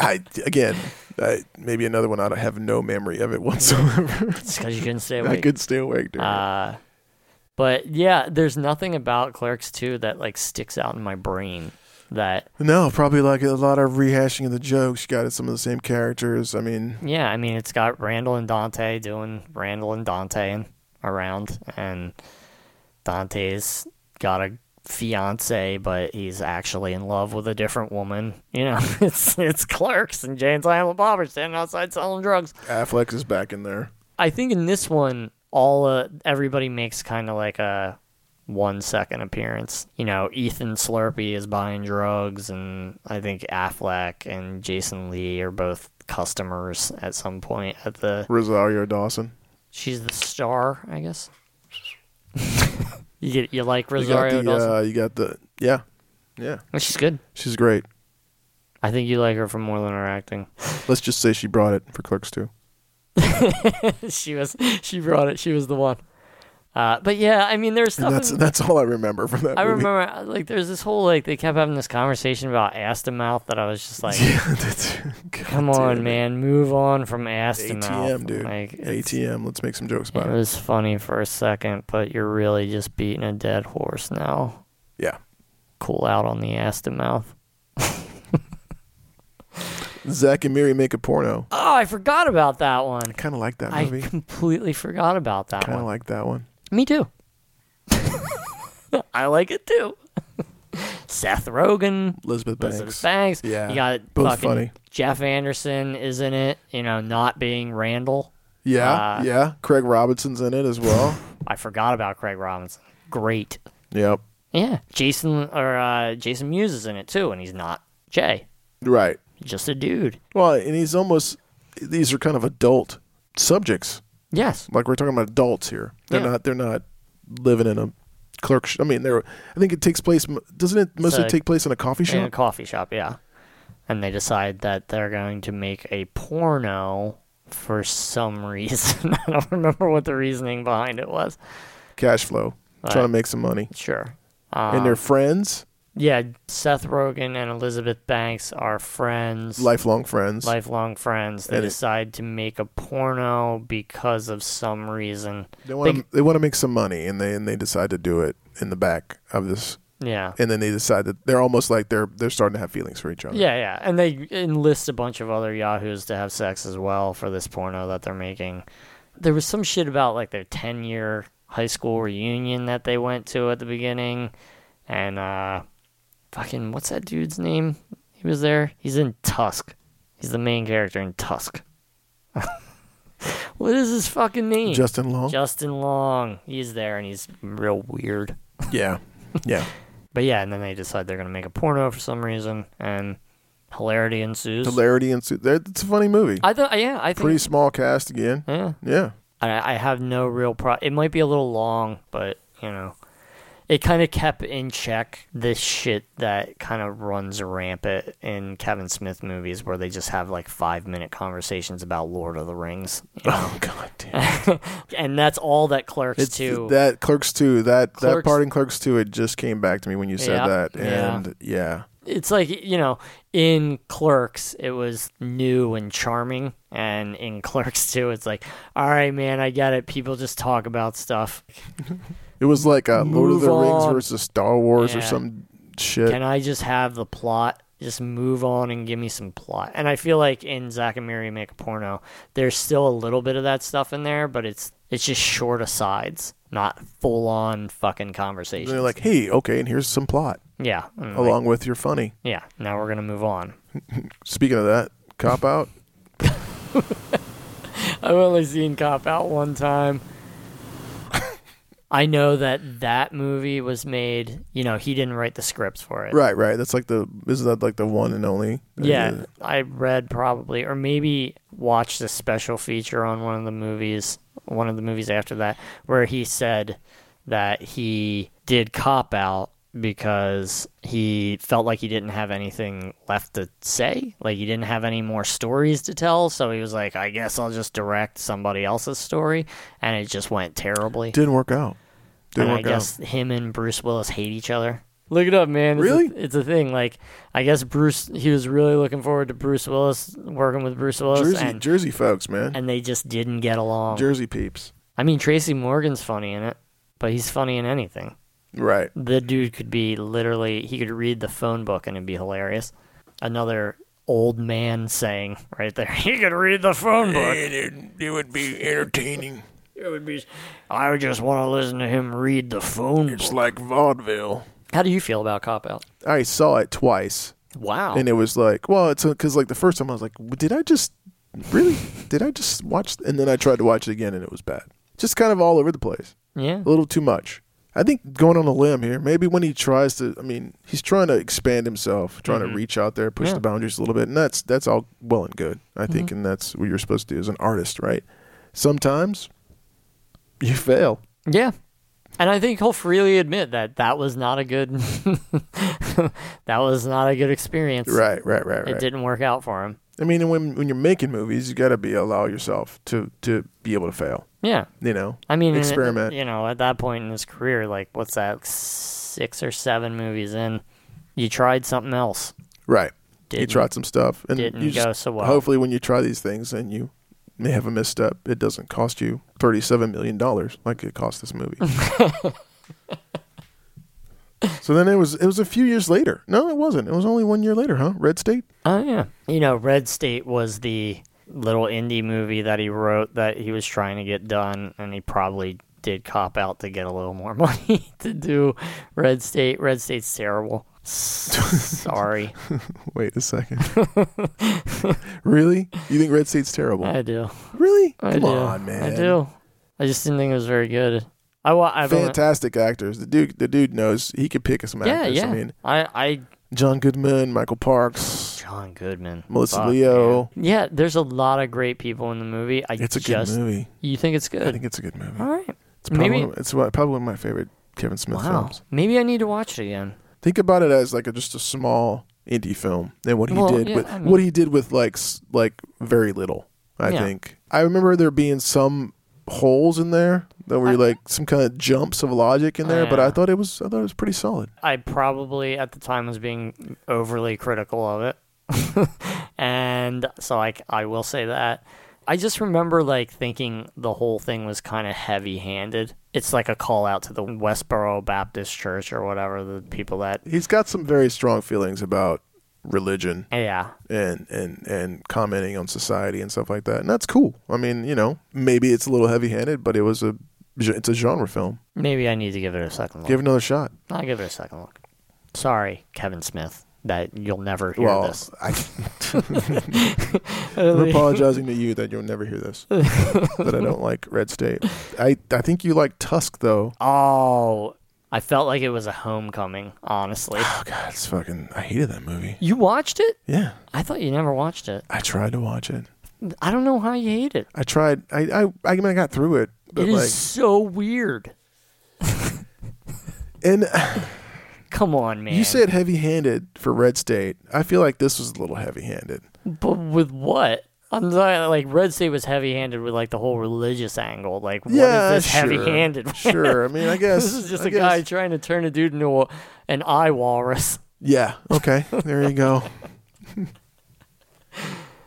I again, I, maybe another one I have no memory [laughs] of it whatsoever. It's because you couldn't [laughs] stay I awake. could stay awake during it. Uh, but yeah, there's nothing about Clerks 2 that like sticks out in my brain that No, probably like a lot of rehashing of the jokes. Got some of the same characters. I mean, yeah, I mean it's got Randall and Dante doing Randall and Dante and around and Dante's got a fiance but he's actually in love with a different woman. You know, [laughs] it's it's Clerks and Jane's Island Bobber standing outside selling drugs. Affleck is back in there. I think in this one, all uh, everybody makes kind of like a one second appearance. You know, Ethan Slurpee is buying drugs, and I think Affleck and Jason Lee are both customers at some point at the. Rosario Dawson. She's the star, I guess. you get you like You got Rosario the. Dawson? Uh, you got the. Yeah, yeah. She's good. She's great. I think you like her for more than her acting. Let's just say she brought it for Clerks too. [laughs] she was she brought it. She was the one. Uh, but yeah, I mean, there's stuff. And that's in- that's all I remember from that. I movie. [laughs] remember, I- like, there's this whole like they kept having this conversation about ass to mouth that I was just like, Yeah, that's, [laughs] God [laughs] "Come damn it. on, man, move on from ass to ATM, mouth." dude. Like, it's- ATM. Let's make some jokes it about it. was funny for a second, but you're really just beating a dead horse now. Yeah. Cool out on the ass to mouth. Zach and Miri make a porno. Oh, I forgot about that one. I kind of like that I movie. completely forgot about that Kind one. of like that one. [laughs] Me too. I like it too. [laughs] Seth Rogen. Elizabeth Banks. Elizabeth Banks. Yeah, You got both fucking funny. Jeff Anderson is in it, you know, not being Randall. Yeah, Uh, yeah. Craig Robinson's in it as [laughs] well. I forgot about Craig Robinson. Great. yep. Yeah. Jason or uh, Jason Mewes is in it too, and he's not Jay. Right. He's just a dude. Well, and he's almost. These are kind of adult subjects. Yes. Like we're talking about adults here. They're Yeah. not. They're not living in a clerk. Sh- I mean, they're. I think it takes place. m- Doesn't it mostly a- take place in a coffee shop? In a coffee shop, yeah. And they decide that they're going to make a porno for some [laughs] reason. I don't remember what the reasoning behind it was. Cash flow. Right. Ah. Trying to make some money. Sure. and they're friends, Um, Yeah, Seth Rogen and Elizabeth Banks are friends. lifelong friends. lifelong friends. They And it- decide to make a porno because of some reason. They want. They- to, they want to make some money, and they and they decide to do it in the back of this. Yeah. And then they decide that they're almost like they're they're starting to have feelings for each other. Yeah, yeah. And they enlist a bunch of other yahoos to have sex as well for this porno that they're making. There was some shit about like their 10 year high school reunion that they went to at the beginning. And, uh, fucking, what's that dude's name? He was there. He's in Tusk. He's the main character in Tusk. [laughs] what is his fucking name? Justin Long. Justin Long. He's there and he's real weird. [laughs] yeah. Yeah. But yeah, and then they decide they're going to make a porno for some reason and hilarity ensues. hilarity and su- there- it's a funny movie. I thought yeah, I think Pretty small cast again. yeah. Yeah, I, I have no real pro it might be a little long, but you know. It kind of kept in check this shit that kind of runs rampant in Kevin Smith movies where they just have like 5 minute conversations about Lord of the Rings. [laughs] you [laughs] know? Oh god damn. and that's all that Clerks It's too. that Clerks two. That that Clerks- part in Clerks two. It just came back to me when you said Yeah, that. yeah. And yeah, it's like you know in clerks it was new and charming and in clerks too it's like all right man i get it people just talk about stuff it was like uh Lord of Move the Rings on. versus Star Wars or Yeah. some shit. can i just have the plot just move on and give me some plot and i feel like in zack and miri make a porno there's still a little bit of that stuff in there but it's it's just short asides not full on fucking and conversations they're like, hey, okay, and here's some plot yeah and like, along with your funny. yeah now we're gonna move on Speaking of that, cop [laughs] out. I've only seen Cop Out one time. I know that that movie was made. You know, he didn't write the scripts for it. Right, right. That's like the isn't that like the one and only? Uh, Yeah, I read probably, or maybe watched a special feature on one of the movies, one of the movies after that, where he said that he did cop out because he felt like he didn't have anything left to say. Like he didn't have any more stories to tell. So he was like, I guess I'll just direct somebody else's story. And it just went terribly. Didn't work out. Didn't and I work out. guess him and Bruce Willis hate each other. Look it up, man. It's a- Really? it's a, thing. Like, I guess Bruce, he was really looking forward to Bruce Willis working with Bruce Willis, Jersey, and Jersey folks, man. and they just didn't get along. Jersey peeps. I mean, Tracy Morgan's funny in it, but he's funny in anything. Right. The dude could be literally, he could read the phone book and it'd be hilarious. Another old man saying right there, [laughs] he could read the phone [laughs] book. it, it would be entertaining. It would be, I would just want to listen to him read the phone book. like vaudeville. How do you feel about Cop Out? I saw it twice, Wow. and it was like, well, it's because like the first time I was like, did I just really? Did I just watch? And then I tried to watch it again, and it was bad. Just kind of all over the place. yeah. a little too much. I think going on a limb here. Maybe when he tries to, I mean, he's trying to expand himself, trying to reach out there, push Mm-hmm. Yeah. Mm-hmm. the boundaries a little bit, and that's that's all well and good, I think, and that's what you're supposed to do as an artist, right? Sometimes you fail. Yeah. And I think he'll freely admit that that was not a good [laughs] that was not a good experience. Right, right, right, It right. didn't work out for him. I mean, and when when you're making movies, you got to be allow yourself to to be able to fail. Yeah. You know, I mean, and it- experiment. you know, at that point in his career, like what's that, six or seven movies in, you tried something else. Right. you Didn't- tried some stuff, and didn't you just, go so well. Hopefully, when you try these things and you may have a misstep, it doesn't cost you thirty-seven million dollars like it cost this [laughs] movie. so then it was it was a few years later. No, it wasn't. It was only one year later, huh? Red State. Oh yeah. You know, Red State was the little indie movie that he wrote that he was trying to get done and he probably did cop out to get a little more [laughs] money to do Red State. Red State's [laughs] terrible. Sorry. Wait a [laughs] second. really? You think Red State's terrible? I do. really? I Come do. on, man. I do. I just didn't think it was very good. I wa- I've only- Fantastic actors. The dude, the dude knows he could pick some yeah, actors. yeah. I mean, I, I John Goodman, Michael Parks, John Goodman, Melissa Fuck, Leo. man. Yeah, there's a lot of great people in the movie. I It's a just good movie. you think it's good. I think it's a good movie. All right. It's probably Maybe- one of- it's one- probably one of my favorite Kevin Smith Wow. films. Maybe I need to watch it again. Think about it as like a, just a small indie film and what he Well, did yeah, with I what mean- he did with like s- like very little. I Yeah. think I remember there being some holes in there that were I- Oh, like some kind of jumps of logic in there, but Yeah. I thought it was I thought it was pretty solid. I probably at the time was being overly critical of it. [laughs] and so I, I will say that. I just remember like thinking the whole thing was kind of heavy handed. It's like a call out to the Westboro Baptist Church or whatever, the people that. He's got some very strong feelings about religion Yeah. and and and commenting on society and stuff like that, and that's cool. I mean, you know, maybe it's a little heavy handed, but it was a it's a genre film. Maybe I need to give it a second look. Give it another shot. I'll give it a second look. Sorry, Kevin Smith, that you'll never hear well, this. [laughs] I, am apologizing to you that you'll never hear [laughs] this. that I don't like Red State. I, I think you like Tusk though. Oh, I felt like it was a homecoming, honestly. Oh god, it's fucking. I hated that movie. You watched it? Yeah, I thought you never watched it. I tried to watch it. I don't know how you hate it. I tried. I I I, mean, I got through it, but It is like, so weird. and [laughs] Come on, man. you said heavy-handed for Red State. I feel like this was a little heavy-handed. but with what? I'm not, like Red State was heavy-handed with like the whole religious angle. Like, what is yeah, this sure, [laughs] heavy-handed? sure. I mean, I guess [laughs] this is just a a guy trying to turn a dude into a, an eye walrus. [laughs] Yeah. Okay. There you go.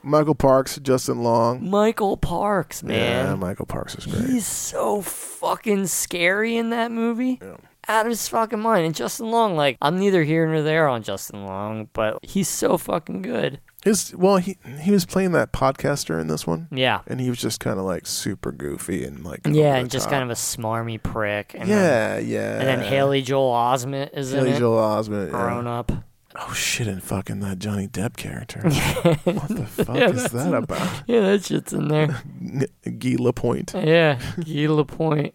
Michael Parks, Justin Long. Michael Parks, Yeah, man. Michael Parks is great. He's so fucking scary in that movie. Out of his fucking mind. And Justin Long, like, I'm neither here nor there on Justin Long, but he's so fucking good. His well, he he was playing that podcaster in this one, Yeah. and he was just kind of like super goofy and like Yeah, and just kind of a smarmy prick. And Then, yeah, yeah. and then Haley Joel Osment is in Haley it. Joel Osment. yeah. grown up. Oh shit! And fucking that Johnny Depp [laughs] character. what the fuck is that about? Yeah, that shit's [laughs] in there. N- Guy Lapointe. yeah, Guy Lapointe.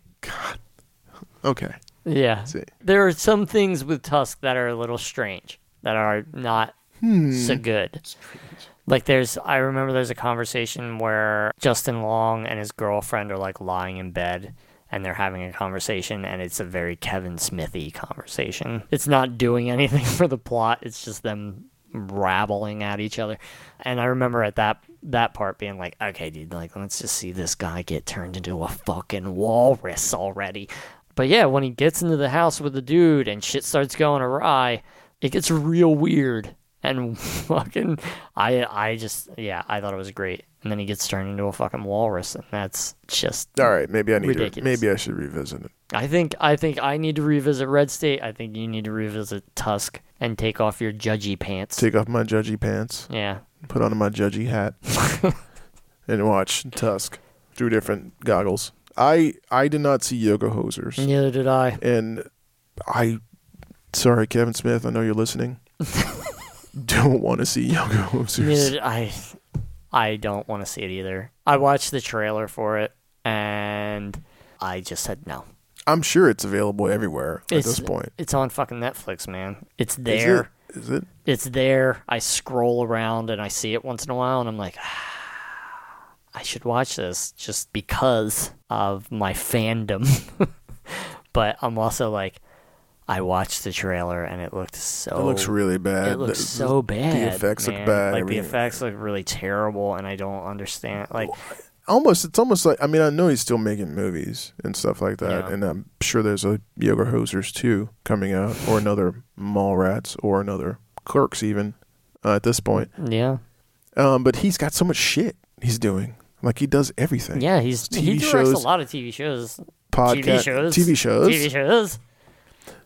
Okay. Yeah. See. There are some things with Tusk that are a little strange, that are not Hmm. so Mm. good. Like there's, I remember there's a conversation where Justin Long and his girlfriend are like lying in bed and they're having a conversation and it's a very Kevin Smithy conversation. It's not doing [laughs] anything for the plot. It's just them rabbling at each other. And I remember at that that part being like, okay, dude, like let's just see this guy get turned into a fucking walrus already. But yeah, when he gets into the house with the dude and shit starts going awry, it gets real weird. And [laughs] fucking, I I just yeah, I thought it was great. And then he gets turned into a fucking walrus, and that's just All right, maybe I need to. Ridiculous. Maybe I should revisit it. I think I think I need to revisit Red State. I think you need to revisit Tusk and take off your judgy pants. Take off my judgy pants, yeah, put on my judgy [laughs] hat, and watch Tusk through different goggles. I I did not see Yoga Hosers, neither did I. and I. Sorry, Kevin Smith. I know you're [laughs] listening. Don't want to see Yoga Neither Hosers. did I. I don't want to see it either. I watched the trailer for it, and I just said no. I'm sure it's available everywhere at It's- this point. It's on fucking Netflix, man. It's Is there. it? Is it? It's there. I scroll around and I see it once in a while, and I'm like, ah, I should watch this just because of my fandom. [laughs] but I'm also like, I watched the trailer and it looked so. It looks really bad. Oh, It looks The- so bad. effects look man. bad, Like everything. the effects look really terrible, and I don't understand. Like, almost it's almost like I mean I know he's still making movies and stuff like that, Yeah. and I'm sure there's a Yoga Hosers two coming out or another Mallrats or another Clerks even uh, at this point. yeah, Um, but he's got so much shit he's doing. Like he does everything. yeah. He's he TV directs a shows. lot of TV shows, Podcast, TV shows, TV shows. TV shows,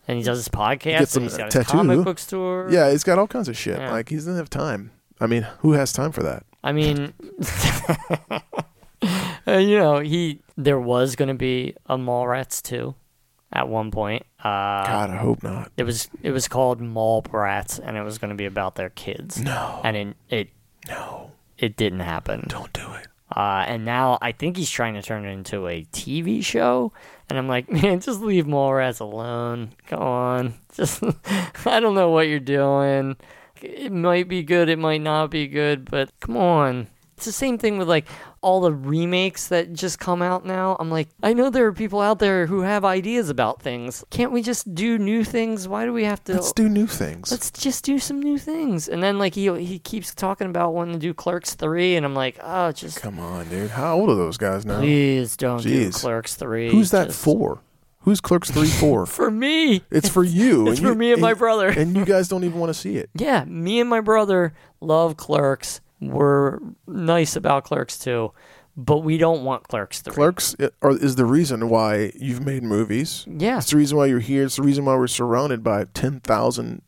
and he does his podcast. gets and some he's got his tattoo. comic book store. Yeah, he's got all kinds of shit. Yeah. Like he doesn't have time. I mean, who has time for that? [laughs] I mean, uh, you know, he there was going to be a Mallrats two at one point. Uh, God, I hope not. It was it was called Mallrats, and it was going to be about their kids. No, and it it no, it didn't happen. don't do it. Uh, and now I think he's trying to turn it into a TV show. And I'm like, [laughs] man, just leave Mallrats alone. Come on, [laughs] just I don't know what you're doing. It might be good, it might not be good, but come on. It's the same thing with like all the remakes that just come out now. I'm like, I know there are people out there who have ideas about things. Can't we just do new things? Why do we have to? Let's do new things. let's just do some new things. And then like he he keeps talking about wanting to do Clerks three, and I'm like, oh, just Come on, dude. How old are those guys now? please don't do Jeez. Clerks three. Who's that Just- for? Who's Clerks three for? For me, It's for you. [laughs] It's for me and my brother. And you guys don't even want to see it. yeah, me and my brother love Clerks. We're nice about Clerks too, but we don't want Clerks three. Clerks i- are, is the reason why you've made movies. yeah, It's the reason why you're here. It's the reason why we're surrounded by 10,000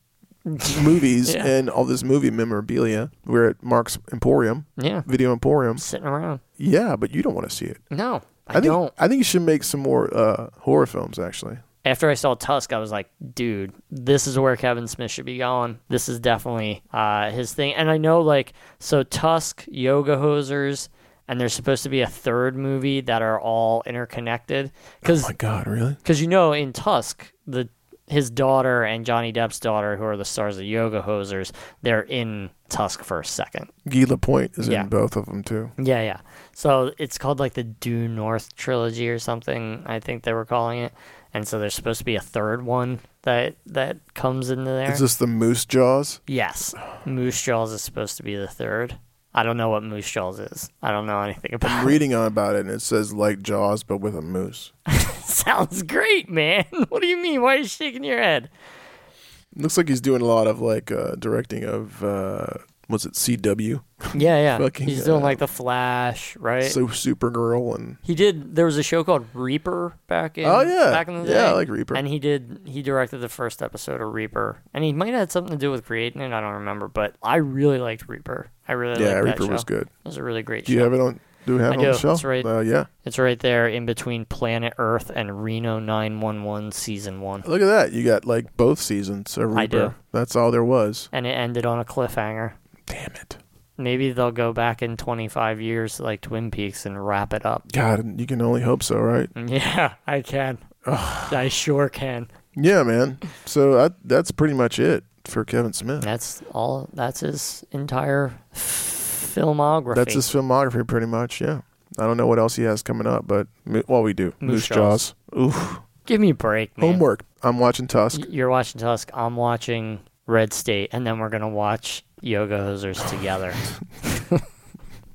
movies [laughs] Yeah. and all this movie memorabilia. We're at Mark's Emporium, yeah, Video Emporium. sitting around. Yeah, but you don't want to see it. No, I, think, don't. I think you should make some more uh, horror films, actually. after I saw Tusk, I was like, dude, this is where Kevin Smith should be going. This is definitely uh, his thing. And I know, like, so Tusk, Yoga Hosers, and there's supposed to be a third movie that are all interconnected. Because Oh My God, really? because you know in Tusk the his daughter and Johnny Depp's daughter, who are the stars of Yoga Hosers, they're in Tusk for a second. Gila Point is Yeah. in both of them, too. Yeah, yeah. So it's called like the Due North trilogy or something. I think they were calling it. And so there's supposed to be a third one that that comes into there. Is this the Moose Jaws? yes, Moose Jaws is supposed to be the third. I don't know what Moose Jaws is. I don't know anything about. I'm reading on about it, and it says like Jaws, but with a moose. it. [laughs] Sounds great, man. [laughs] What do you mean? Why are you shaking your head? Looks like he's doing a lot of like uh, directing of uh, what's it CW, Yeah, yeah. Fucking, He's doing uh, like the Flash, right? so Supergirl and He did. There was a show called Reaper back in. oh yeah, back in the yeah, day. I like Reaper. And he did. He directed the first episode of Reaper, and he might have had something to do with creating it. I don't remember, but I really liked Reaper. I really yeah, liked that Reaper show. was good. It was a really great Do show. you have it on? Do we have I it on do. the show? It's right- Uh, yeah. it's right there in between Planet Earth and Reno 911 season one, Look at that. You got like both seasons of Reaper. I do. That's all there was. and it ended on a cliffhanger. Damn it. Maybe they'll go back in 25 years, like Twin Peaks, and wrap it up. [laughs] God, you can only hope so, right? Yeah, I can. I sure can. Yeah, man. So I, that's pretty much it for Kevin Smith. That's all. That's his entire filmography. That's his filmography, pretty much. Yeah. I don't know what else he has coming up, but mo- well, we do. Moose, Moose Jaws. Oof. Give me a break, man. Homework. I'm watching Tusk. Y- You're watching Tusk. I'm watching Red State, and then we're gonna watch Yoga Hosers [sighs] together.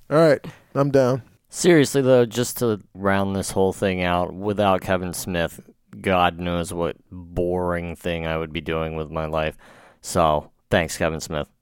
All right, I'm down. Seriously though, just to round this whole thing out, without Kevin Smith, God knows what boring thing I would be doing with my life. So thanks, Kevin Smith.